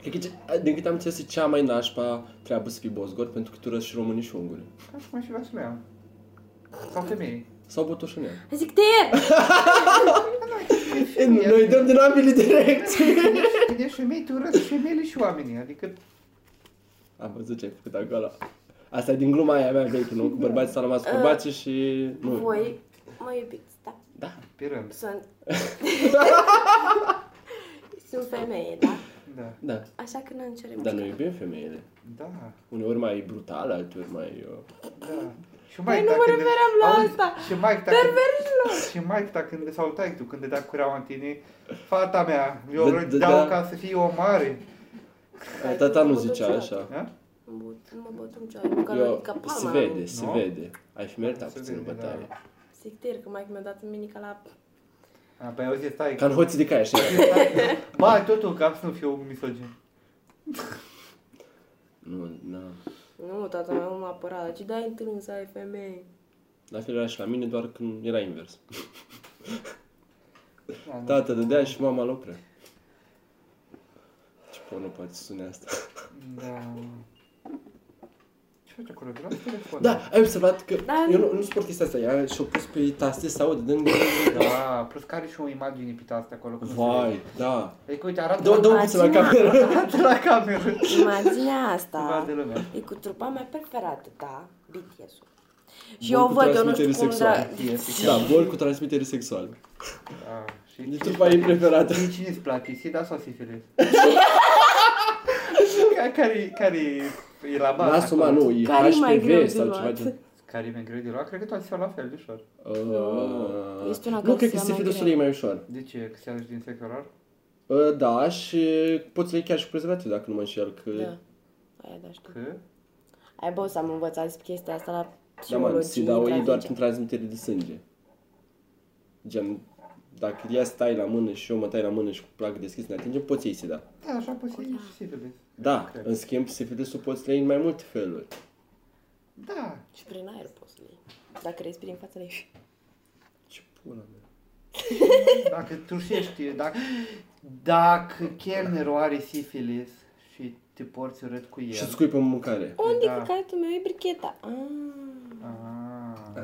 Speaker 1: Cred că, ce- din câte am înțeles, e cea mai nașpa treabă să fii Bosgor, pentru că tu răzi și românii și unguri.
Speaker 2: Ca și cum și Vasilea. Sau femei. Adică
Speaker 1: Sau botoșunean.
Speaker 3: Hai zic
Speaker 1: [LAUGHS]
Speaker 3: te!
Speaker 1: Noi
Speaker 2: [LAUGHS]
Speaker 1: dăm din ambele direcții.
Speaker 2: Când ești femeie, tu urăți femeile și oamenii, adică...
Speaker 1: Am văzut ce ai făcut acolo. Asta e din gluma aia mea veche, nu? Cu bărbații s-au rămas cu bărbații și... Nu.
Speaker 3: Voi mă iubiți, da?
Speaker 1: Da.
Speaker 2: Pe rând.
Speaker 3: Sunt... Sunt femeie, da?
Speaker 2: Da.
Speaker 1: [LAUGHS] Da.
Speaker 3: Așa că n-am cerut
Speaker 1: Dar noi iubim femeile.
Speaker 2: Da,
Speaker 1: Uneori mai brutal, alteori mai... Uh...
Speaker 2: da. Și
Speaker 3: Păi nu mă
Speaker 2: dacă-
Speaker 3: refeream la
Speaker 2: Auzi,
Speaker 3: asta.
Speaker 2: Și Mike, dacă... Și Mike, dacă... când- Sau tai tu, când dea cureaua în tine, fata mea, eu
Speaker 1: Da,
Speaker 2: da,
Speaker 1: da,
Speaker 2: dau
Speaker 1: da.
Speaker 2: ca să fii o mare.
Speaker 3: Ai
Speaker 1: Tata nu
Speaker 3: făcut
Speaker 1: zicea
Speaker 3: botoșurat.
Speaker 1: așa.
Speaker 2: Da?
Speaker 3: Mă bot- Mă bot în cioară, că
Speaker 1: Eu,
Speaker 3: eu, ca palma.
Speaker 1: se vede, se
Speaker 2: Nu?
Speaker 1: vede. Ai fi meritat
Speaker 2: Se
Speaker 1: puțin o
Speaker 2: vede, da.
Speaker 1: bătaie.
Speaker 3: Sictir, că mai mi-a dat minica la...
Speaker 2: A, păi auzi, stai.
Speaker 1: Ca în hoții de cai, așa.
Speaker 2: Ba, totul ca să nu fiu misogin.
Speaker 1: nu, da. nu.
Speaker 3: Nu, tata mea nu m-a apărat, ci dai întâlnit să ai femeie.
Speaker 1: La fel era și la mine, doar când era invers.
Speaker 2: Da, da.
Speaker 1: Tata dădea și mama lucra. Ce porno poate să sune asta?
Speaker 2: da. Ce faci acolo? Vreau telefon.
Speaker 1: Da, ai observat că
Speaker 3: Da.
Speaker 1: eu nu, nu suport chestia asta. Ea și-o pus pe taste sau de dâng.
Speaker 2: Da, plus că are și o imagine pe asta acolo. că nu se
Speaker 1: Vai,
Speaker 2: vede.
Speaker 1: da.
Speaker 2: Adică uite, arată
Speaker 1: Dă-o, dă-o
Speaker 2: la,
Speaker 1: puțin la cameră.
Speaker 2: arată la cameră.
Speaker 3: Imaginea
Speaker 2: Da.
Speaker 3: asta
Speaker 2: Vadă lumea.
Speaker 3: e cu trupa mea preferată, da? BTS-ul. Și
Speaker 1: Bun
Speaker 3: eu
Speaker 1: cu
Speaker 3: văd, eu nu știu
Speaker 1: transmitere
Speaker 3: cum,
Speaker 1: sexuală.
Speaker 3: dar...
Speaker 2: BTS,
Speaker 1: Da, bol cu transmitere sexuală.
Speaker 2: Da. Și
Speaker 1: E trupa ei preferată.
Speaker 2: Cine, cine îți place, Sida sau Sifilis? Ca- care, care e la bază?
Speaker 1: Lasă mă,
Speaker 2: acolo?
Speaker 1: nu, e
Speaker 3: Care e mai greu
Speaker 1: HPV
Speaker 3: de
Speaker 1: sau ceva
Speaker 3: luat?
Speaker 1: gen.
Speaker 2: Care mi-e greu de luat? Cred că toate sunt la fel de ușor.
Speaker 1: Uh,
Speaker 3: Este una
Speaker 1: nu,
Speaker 3: care
Speaker 1: cred
Speaker 3: se
Speaker 1: că
Speaker 3: ia mai
Speaker 1: sifilusul
Speaker 3: greu.
Speaker 1: e mai ușor.
Speaker 2: De ce? Că se alegi din sex oral?
Speaker 1: Uh, da, și poți să iei chiar și cu prezervativ, dacă nu mă înșel. Că...
Speaker 3: Da. Aia, da, știu.
Speaker 2: Că?
Speaker 3: Ai bă, să am învățat despre chestia asta la
Speaker 1: Da, mă,
Speaker 3: psihologie.
Speaker 1: sida o iei doar prin
Speaker 3: trafice.
Speaker 1: transmitere de sânge. Gen, dacă ea stai la mână și eu mă tai la mână și cu plac deschis ne atingem, poți iei sida.
Speaker 2: Da, așa poți să iei și Sifilis.
Speaker 1: Da,
Speaker 2: Cred.
Speaker 1: în schimb, sifilisul poți să iei în mai multe feluri.
Speaker 2: Da.
Speaker 3: Și prin aer poți să le iei. Dacă respiri în fața ei.
Speaker 1: Ce pula mea.
Speaker 2: Dacă tușești, dacă, dacă chelnerul are sifilis și te porți urât cu el.
Speaker 1: Și îți scuipă în mâncare.
Speaker 3: Unde
Speaker 2: Da.
Speaker 3: da. căcatul meu e bricheta? Ah.
Speaker 2: Ah,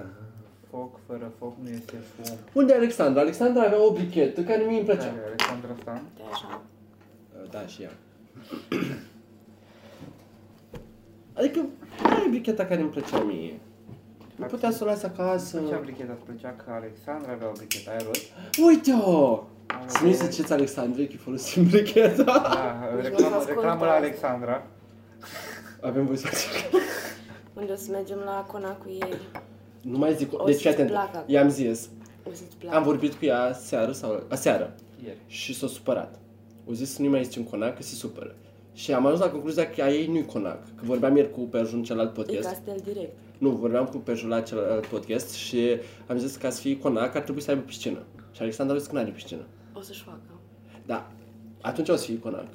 Speaker 2: foc fără foc nu este fum.
Speaker 1: Unde e Alexandra? Alexandra avea o brichetă care mie îmi plăcea.
Speaker 2: Care e Alexandra Stan?
Speaker 3: Uite așa.
Speaker 1: Da, și ea. [COUGHS] Adică, care e bricheta care îmi plăcea mie? Nu putea să o las acasă.
Speaker 2: Ce bricheta îți plăcea că Alexandra avea o brichetă, ai rost?
Speaker 3: Ah.
Speaker 1: Uite-o!
Speaker 2: Am
Speaker 1: Să
Speaker 2: o-
Speaker 1: nu-i ziceți Alexandre că folosim bricheta.
Speaker 2: Da, reclamă,
Speaker 3: Nici Deci nu s-a
Speaker 2: reclamă la
Speaker 3: ascultat.
Speaker 2: Alexandra.
Speaker 1: [LAUGHS] Avem voie să facem.
Speaker 3: Unde o să mergem la cona cu ei.
Speaker 1: Nu mai zic...
Speaker 3: O
Speaker 1: Deci,
Speaker 3: să-ți
Speaker 1: fii atent.
Speaker 3: placă.
Speaker 1: I-am zis.
Speaker 3: O să-ți placă.
Speaker 1: Am vorbit cu ea seară sau... Aseară.
Speaker 2: Ieri.
Speaker 1: Și s-a supărat. O zis să nu mai zicem conac, că se supără. Și am ajuns la concluzia că a ei nu-i conac. Că vorbeam ieri cu Perjun celălalt
Speaker 3: E
Speaker 1: podcast.
Speaker 3: castel direct.
Speaker 1: Nu, vorbeam cu Perjun la celălalt podcast și am zis că ca să fie conac ar trebui să aibă piscină. Și Alexandra a zis că nu are piscină.
Speaker 3: O să-și facă.
Speaker 1: Da. Atunci o să fie conac.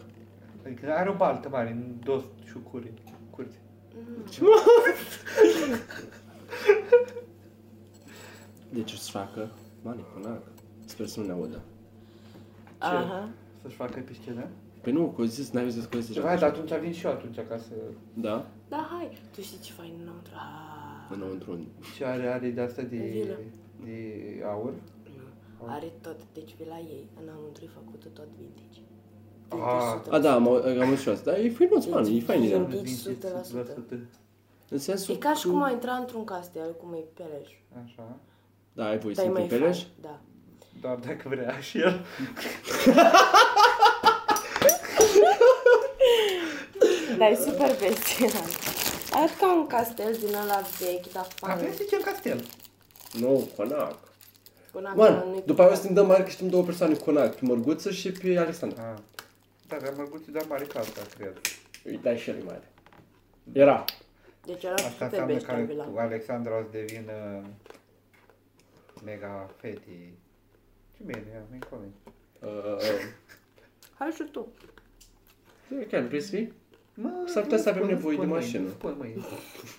Speaker 2: Adică are o baltă mare în dos și curi. Curți.
Speaker 1: Deci o să facă mare conac. Sper să nu ne audă.
Speaker 3: Aha.
Speaker 2: Să-și facă piscină.
Speaker 1: Păi nu, că o zis, n-ai zis că o zis.
Speaker 2: Hai, dar Deci atunci vin și eu atunci ca să...
Speaker 1: Da?
Speaker 3: Da, hai. Tu știi ce fain înăuntru? Ah.
Speaker 1: Înăuntru.
Speaker 2: Ce are, are de asta de,
Speaker 3: Vilă.
Speaker 2: de aur?
Speaker 3: Nu. Mm. Are tot. Deci vila ei înăuntru e făcută tot vintage.
Speaker 2: Ah.
Speaker 1: A, da, am, au- am auzit și eu asta. Dar e frumos, man, e fain ideea.
Speaker 3: Deci,
Speaker 2: Vintage, 100%.
Speaker 3: 100%.
Speaker 1: În sensul
Speaker 3: E ca și
Speaker 1: că-
Speaker 3: cum ai intra într-un castel, cum e Peleș.
Speaker 2: Așa.
Speaker 1: Da, ai voie
Speaker 3: Dar
Speaker 1: să
Speaker 3: e mai
Speaker 1: intri pe leș?
Speaker 3: fain. Da.
Speaker 2: Doar dacă vrea și el.
Speaker 3: Dar Da, e super bestial. Arată ca un castel din ăla vechi, dar
Speaker 2: Avem
Speaker 3: fain.
Speaker 2: zice în castel.
Speaker 1: Nu, conac.
Speaker 3: Până acum nu-i
Speaker 1: Man, după aia o să
Speaker 3: cumpărat.
Speaker 1: ne dăm mari că știm două persoane cu conac. Pe Mărguță și pe Alexandra.
Speaker 2: Ah. Da, dar mărguții doar mare ca asta, cred.
Speaker 1: Îi dai și el e mare. Era.
Speaker 3: Deci era
Speaker 2: Asta
Speaker 3: super
Speaker 2: înseamnă
Speaker 3: bestial
Speaker 2: că
Speaker 3: vila.
Speaker 2: cu Alexandra o să devină mega feti. Ce bine, mi comic.
Speaker 1: Uh,
Speaker 3: Hai și tu.
Speaker 1: e chiar, vrei să fii?
Speaker 2: Mă,
Speaker 1: S-ar putea să avem
Speaker 2: spun-
Speaker 1: nevoie
Speaker 2: spun
Speaker 1: de
Speaker 2: mâine,
Speaker 1: mașină.
Speaker 2: Spun mâine.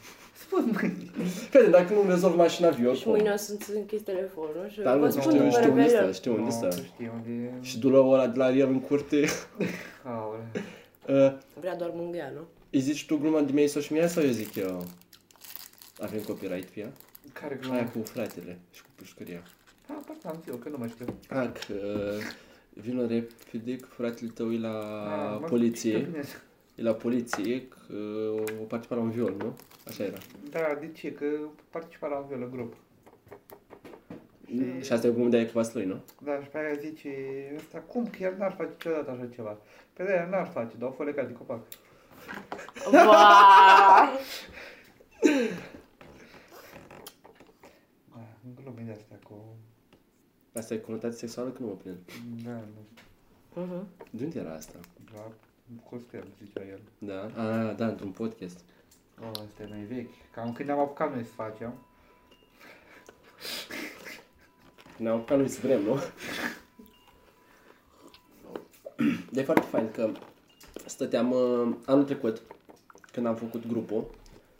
Speaker 2: [LAUGHS] Spun mâine.
Speaker 1: Fede, dacă nu rezolv mașina, vii
Speaker 3: Și
Speaker 1: oricum.
Speaker 3: mâine o să-ți închis telefonul și
Speaker 1: Dar Da, nu,
Speaker 3: vă spun
Speaker 1: știu,
Speaker 2: numărul
Speaker 1: știu
Speaker 3: numărul
Speaker 1: unde
Speaker 3: pe
Speaker 1: stă,
Speaker 3: el.
Speaker 1: știu unde
Speaker 2: Nu,
Speaker 1: stă.
Speaker 2: Nu știu unde
Speaker 1: Și dulă ăla de la el în curte. [LAUGHS]
Speaker 2: Aole.
Speaker 1: Uh,
Speaker 3: Vrea doar mângâia, nu?
Speaker 1: Îi zici tu gluma de mie sau și mie sau eu zic eu? Avem copyright pe ea?
Speaker 2: Care glumă?
Speaker 1: Aia cu fratele și cu pușcăria.
Speaker 2: Ah, parcă am zis eu, că nu mă știu.
Speaker 1: Ah, că vină repede că fratele tău e la
Speaker 2: Ah, mă, [LAUGHS] știu
Speaker 1: poliție.
Speaker 2: bine.
Speaker 1: E la poliție că uh, o participa la un viol, nu? Așa era.
Speaker 2: Da, de ce? Că participa la un viol în grup. Mm.
Speaker 1: Și asta e cum de aia cu vaslui, nu?
Speaker 2: Da, și pe aia zice, ăsta cum, că el n-ar face niciodată așa ceva. Pe de-aia n-ar face, dar o fără ca de copac.
Speaker 3: Vai!
Speaker 2: Da, glume de astea cu...
Speaker 1: Asta e conotație sexuală că nu mă prind.
Speaker 2: Da, nu.
Speaker 3: Mhm.
Speaker 1: De unde era asta?
Speaker 2: La Costel, zicea el.
Speaker 1: Da? Ah, da, într-un podcast.
Speaker 2: O, asta e mai vechi. Cam când ne-am apucat noi să facem.
Speaker 1: Ne-am apucat noi să vrem, nu? De e foarte fain că stăteam uh, anul trecut, când am făcut grupul,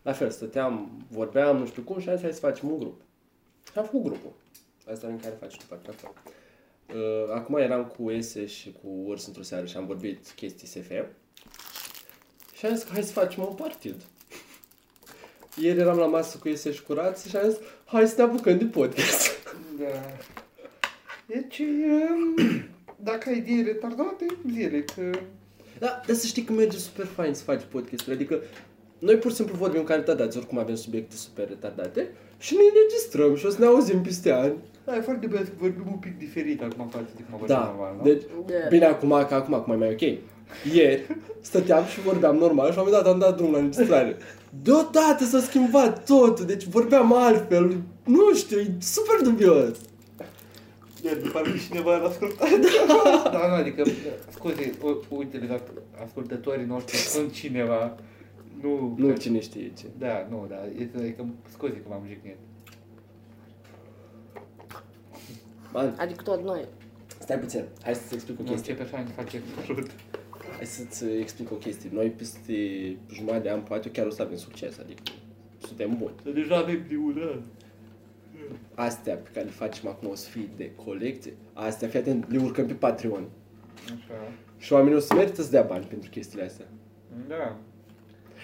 Speaker 1: la fel, stăteam, vorbeam, nu știu cum, și am zis, hai să facem un grup. Și am făcut grupul. Asta în care faci tu parte la fel. Uh, acum eram cu Ese și cu Urs într-o seară și am vorbit chestii SF. Și am zis că hai să facem un partid. Ieri eram la masă cu Ese și cu Rați și am zis hai să ne apucăm de podcast.
Speaker 2: Da. Deci, um, dacă ai idei retardate, zile că...
Speaker 1: Da, dar să știi că merge super fain să faci podcast Adică noi pur și simplu vorbim ca retardați, oricum avem subiecte super retardate și ne înregistrăm și o să ne auzim peste ani.
Speaker 2: Da, e foarte bine să vorbim un pic diferit acum față de cum am
Speaker 1: Da,
Speaker 2: normal, nu?
Speaker 1: deci,
Speaker 3: Da.
Speaker 1: bine acum, că acum, acum e mai ok. Ieri stăteam și vorbeam normal și la un moment dat am dat drumul la înregistrare. Deodată s-a schimbat totul, deci vorbeam altfel, nu știu, e super dubios.
Speaker 2: Iar de parcă cineva ar asculta. da, nu, adică, scuze, u- uite, dacă ascultătorii noștri sunt cineva, nu...
Speaker 1: Nu cine știe ce.
Speaker 2: Da, nu, da, este, adică, scuze că m-am jignit.
Speaker 1: Man,
Speaker 3: Adică tot noi.
Speaker 1: stai puțin, hai să-ți explic o
Speaker 2: Nu
Speaker 1: chestie.
Speaker 2: începe așa, îmi face [LAUGHS] explod.
Speaker 1: Hai să-ți uh, explic o chestie. Noi peste jumătate de an, poate chiar o să avem succes, adică suntem buni.
Speaker 2: Dar deja avem de un an.
Speaker 1: Astea pe care le facem acum o să fie de colecție, astea, fii atent, le urcăm pe Patreon.
Speaker 2: Așa.
Speaker 1: Și oamenii o să merită să dea bani pentru chestiile astea.
Speaker 2: Da.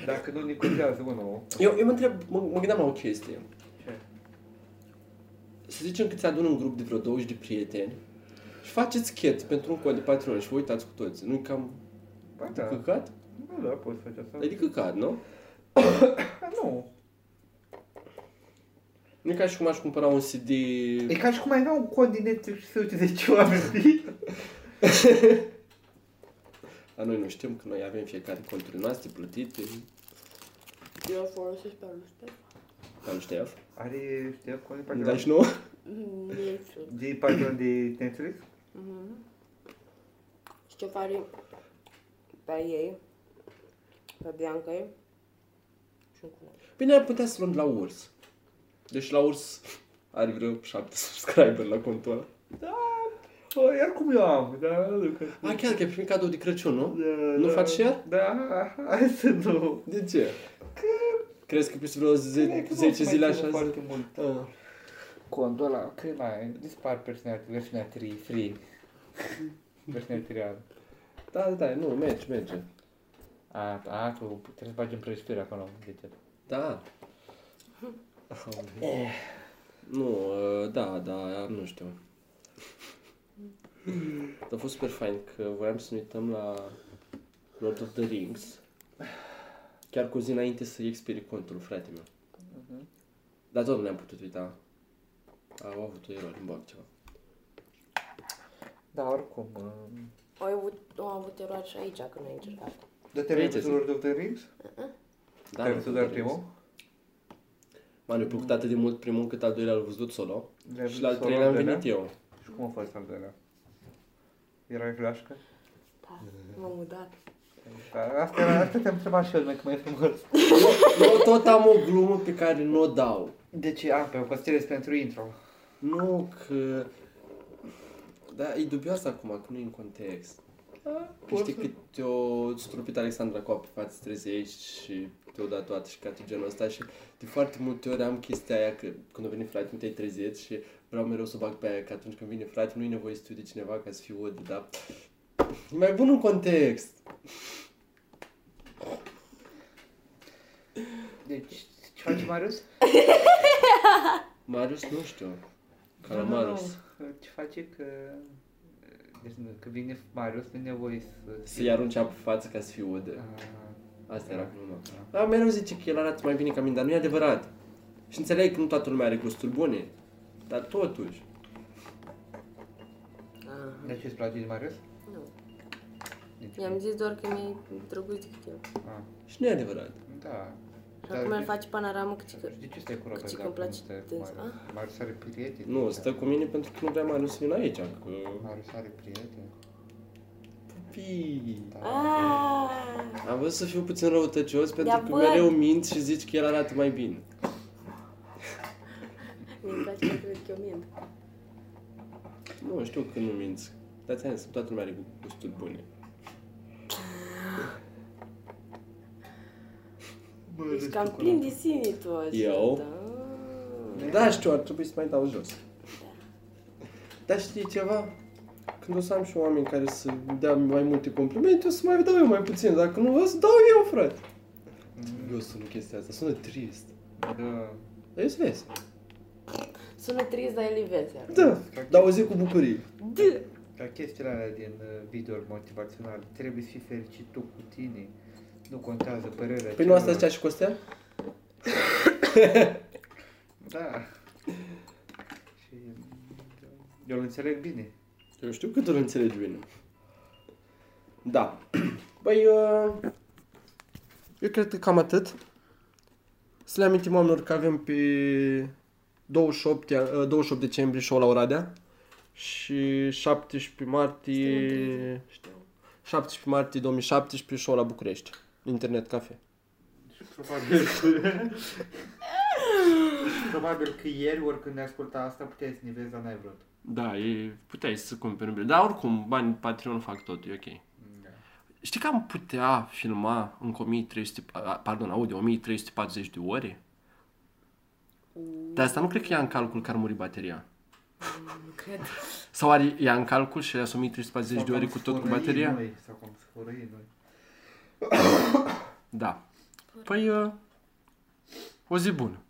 Speaker 2: Dacă nu ne contează unul.
Speaker 1: Eu, eu mă întreb, mă, mă gândeam la o chestie.
Speaker 2: Ce?
Speaker 1: Să zicem că ți adun un grup de vreo 20 de prieteni și faceți chet pentru un cod de Patreon și vă uitați cu toți. Nu-i cam
Speaker 2: Ba
Speaker 1: da.
Speaker 2: da.
Speaker 1: căcat?
Speaker 2: Ba da, poți face asta.
Speaker 1: Adică căcat, nu?
Speaker 2: Da, nu.
Speaker 1: Nu e ca și cum aș cumpăra un CD...
Speaker 2: E ca și cum ai avea un cont din Netflix și să uite de ce [LAUGHS] oameni, știi?
Speaker 1: Dar noi nu știm că noi avem fiecare conturile noastre plătite.
Speaker 3: Eu folosesc pe al ăsta.
Speaker 1: Ca nu știam.
Speaker 2: Are, știi, cont de
Speaker 1: Îmi
Speaker 2: Patreon.
Speaker 1: dai și nouă?
Speaker 3: Mm, e fric.
Speaker 2: De Patreon de Netflix?
Speaker 3: Mhm. Și ce pare pe ei, pe Bianca ei și cu noi.
Speaker 1: Bine, ar putea să luăm de la urs. Deci la urs are vreo 7 subscriber la contul ăla.
Speaker 2: O, iar cum eu am, da, Luca.
Speaker 1: A, chiar că ai primit cadou de Crăciun, nu?
Speaker 2: Da,
Speaker 1: Nu
Speaker 2: da.
Speaker 1: faci share?
Speaker 2: Da, hai să nu.
Speaker 1: De ce? Crezi că peste vreo
Speaker 2: Cred
Speaker 1: 10,
Speaker 2: că nu
Speaker 1: 10
Speaker 2: mai
Speaker 1: zile
Speaker 2: ține
Speaker 1: așa?
Speaker 2: Foarte mult.
Speaker 1: Ah.
Speaker 2: Contul ăla, că mai dispar versiunea, versiunea 3, free. Versiunea 3 al.
Speaker 1: Da, da, da, nu, merge, merge.
Speaker 2: A, a, tu trebuie să bagem prăjituri acolo, deget.
Speaker 1: Da. Nu, uh, da, da, nu știu.
Speaker 2: Hmm.
Speaker 1: Dar a fost super fain că voiam să ne uităm la Lord of the Rings. Chiar cu o zi înainte să expire contul, frate meu.
Speaker 2: Mhm.
Speaker 1: Dar tot nu ne-am putut uita. Au avut o eroare în bag ceva.
Speaker 2: Da, oricum. um,
Speaker 3: Au avut, au avut eroare și aici când ai încercat.
Speaker 2: Dar te-ai
Speaker 1: Aici
Speaker 2: văzut
Speaker 1: sunt.
Speaker 2: Lord of the Rings?
Speaker 1: Da,
Speaker 2: Te-ai
Speaker 1: Lord
Speaker 2: văzut
Speaker 1: of
Speaker 2: doar
Speaker 1: the Rings.
Speaker 2: primul?
Speaker 1: M-a ne plăcut atât de mult primul cât al doilea l-am văzut solo.
Speaker 2: Le-ai
Speaker 1: și
Speaker 2: văzut
Speaker 1: la al
Speaker 2: solo,
Speaker 1: treilea am
Speaker 2: da, da?
Speaker 1: venit eu.
Speaker 2: Și cum a fost al doilea? Erai flașcă?
Speaker 3: Da, m-am mudat.
Speaker 2: Da, asta, era, asta te-am întrebat și eu, numai că mai e frumos.
Speaker 1: Eu- Eu tot am o glumă pe care nu o dau.
Speaker 2: Deci, a, pe o costere pentru intro.
Speaker 1: Nu că... Da, e dubios acum, că nu e în context. Că știi că te-o strupit Alexandra Coa pe față trezești și te-o dat toată și cate genul ăsta și de foarte multe ori am chestia aia că când a venit frate, nu te-ai trezit și vreau mereu să o bag pe aia că atunci când vine frate, nu e nevoie să te uiți de cineva ca să fii odi, dar e mai bun un context.
Speaker 2: Deci, ce face Marius?
Speaker 1: Marius, nu știu.
Speaker 3: Da,
Speaker 2: Da, Nu,
Speaker 1: Calamarus.
Speaker 2: nu, nu. Ce face că... Deci, nu, că vine Marius, nu e nevoie să...
Speaker 1: Să-i aruncea pe față ca să fii
Speaker 2: A,
Speaker 1: udă. Asta era gluma. Da, mereu zice că el arată mai bine ca mine, dar nu e adevărat. Și înțeleg că nu toată lumea are gusturi bune, dar totuși.
Speaker 3: Aha.
Speaker 2: Ah, De ce îți place de Marius?
Speaker 3: Ah. Nu.
Speaker 2: Nici
Speaker 3: I-am zis doar că mi-e drăguț decât eu.
Speaker 2: A,
Speaker 1: Și nu e adevărat.
Speaker 2: Ah, Da.
Speaker 3: Și acum
Speaker 2: de-
Speaker 3: el face panoramă cât și că...
Speaker 2: De ce stai cu Robert
Speaker 3: Că
Speaker 2: dacă
Speaker 3: îmi
Speaker 2: nu
Speaker 3: place
Speaker 2: stai cu
Speaker 3: dânsa.
Speaker 2: Marius? Marius are prieteni. da.
Speaker 1: Nu, stă cu mine pentru că nu vrea mai să vină aici, că...
Speaker 2: Marius are prieteni.
Speaker 1: Pii.
Speaker 2: Da.
Speaker 3: Ah, Aaaa!
Speaker 1: Am vrut să fiu puțin răutăcios pentru că
Speaker 3: bă!
Speaker 1: mereu minți și zici că el arată mai bine.
Speaker 3: Mi-e place că cred că eu mint.
Speaker 1: Nu, știu că nu minți. Dar ți-am zis, toată lumea are gusturi bune.
Speaker 3: Ești cam plin de sine tu așa.
Speaker 1: Eu?
Speaker 3: Da.
Speaker 1: Da, știu, ar trebui să mai dau jos. Dar știi ceva? când o să am și oameni care să dea mai multe complimente, o să mai dau eu mai puțin. Dacă nu vă să dau eu, frate. Eu sunt chestia asta, sună trist.
Speaker 2: Da.
Speaker 1: Dar eu sunt vesel.
Speaker 3: Sună trist, dar el e vesel.
Speaker 1: Da, dar o zic cu bucurie.
Speaker 3: D-
Speaker 2: Ca chestiile alea din video motivațional, trebuie să fii fericit tu cu tine. Nu contează părerea
Speaker 1: Păi nu asta
Speaker 2: celor.
Speaker 1: zicea și Costea?
Speaker 2: Da. Și eu îl înțeleg bine.
Speaker 1: Eu știu că tu îl înțelegi bine. Da. [CLEARS THROAT] Băi, uh, eu cred că cam atât. Să le amintim oamenilor că avem pe 28, ia- uh, 28 decembrie show la Oradea și 17 martie, 17 martie 2017 show la București, Internet Cafe.
Speaker 2: Și probabil că... probabil că ieri, oricând ne asculta asta, puteai să ne vezi, dar n-ai vrut.
Speaker 1: Da, e, puteai să cumperi un bilet, dar oricum bani Patreon fac tot, e ok.
Speaker 2: Da.
Speaker 1: Știi că am putea filma în 1300, a, pardon, audio, 1340 de ore? Dar asta nu cred că ia în calcul că ar muri bateria.
Speaker 3: Nu cred.
Speaker 1: Sau ar ia în calcul și sunt 1340 de
Speaker 2: Sau
Speaker 1: ore
Speaker 2: cum
Speaker 1: cu Deci, tot cu
Speaker 2: sfărâi
Speaker 1: bateria?
Speaker 2: Noi, sau cum sfărâi noi.
Speaker 1: Da. Păi, uh, o zi bună.